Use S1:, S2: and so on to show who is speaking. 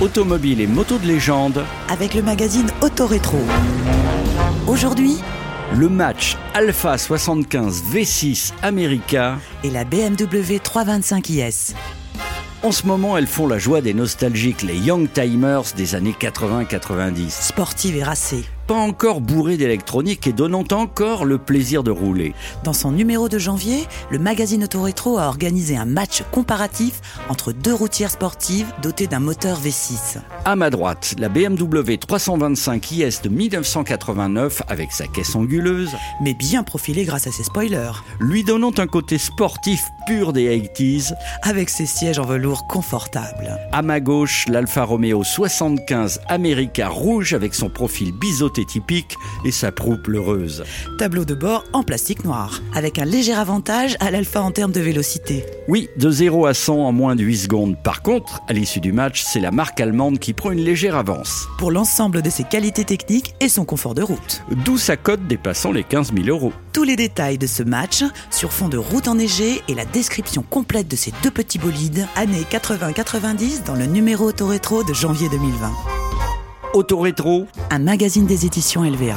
S1: Automobiles et motos de légende,
S2: avec le magazine Autorétro. Aujourd'hui,
S1: le match Alpha 75 V6 America.
S2: et la BMW 325 IS.
S1: En ce moment, elles font la joie des nostalgiques, les Young Timers des années 80-90.
S2: Sportive et racée.
S1: Pas encore bourrées d'électronique et donnant encore le plaisir de rouler.
S2: Dans son numéro de janvier, le magazine Autorétro a organisé un match comparatif entre deux routières sportives dotées d'un moteur V6.
S1: À ma droite, la BMW 325 IS de 1989 avec sa caisse anguleuse,
S2: Mais bien profilée grâce à ses spoilers.
S1: lui donnant un côté sportif pur des 80s.
S2: Avec ses sièges en velours confortables.
S1: À ma gauche, l'Alfa Romeo 75 America rouge avec son profil biseauté typique et sa proue pleureuse.
S2: Tableau de bord en plastique noir. Avec un léger avantage à l'alpha en termes de vélocité.
S1: Oui, de 0 à 100 en moins de 8 secondes. Par contre, à l'issue du match, c'est la marque allemande qui prend une légère avance,
S2: Pour l'ensemble de ses qualités techniques et son confort de route.
S1: d'où sa cote dépassant les 15 000 euros.
S2: Tous les détails de ce match sur fond de route enneigée et la description complète de ces deux petits bolides années 80-90 dans le numéro autorétro de janvier 2020.
S1: Autorétro,
S2: Un magazine des éditions LVA.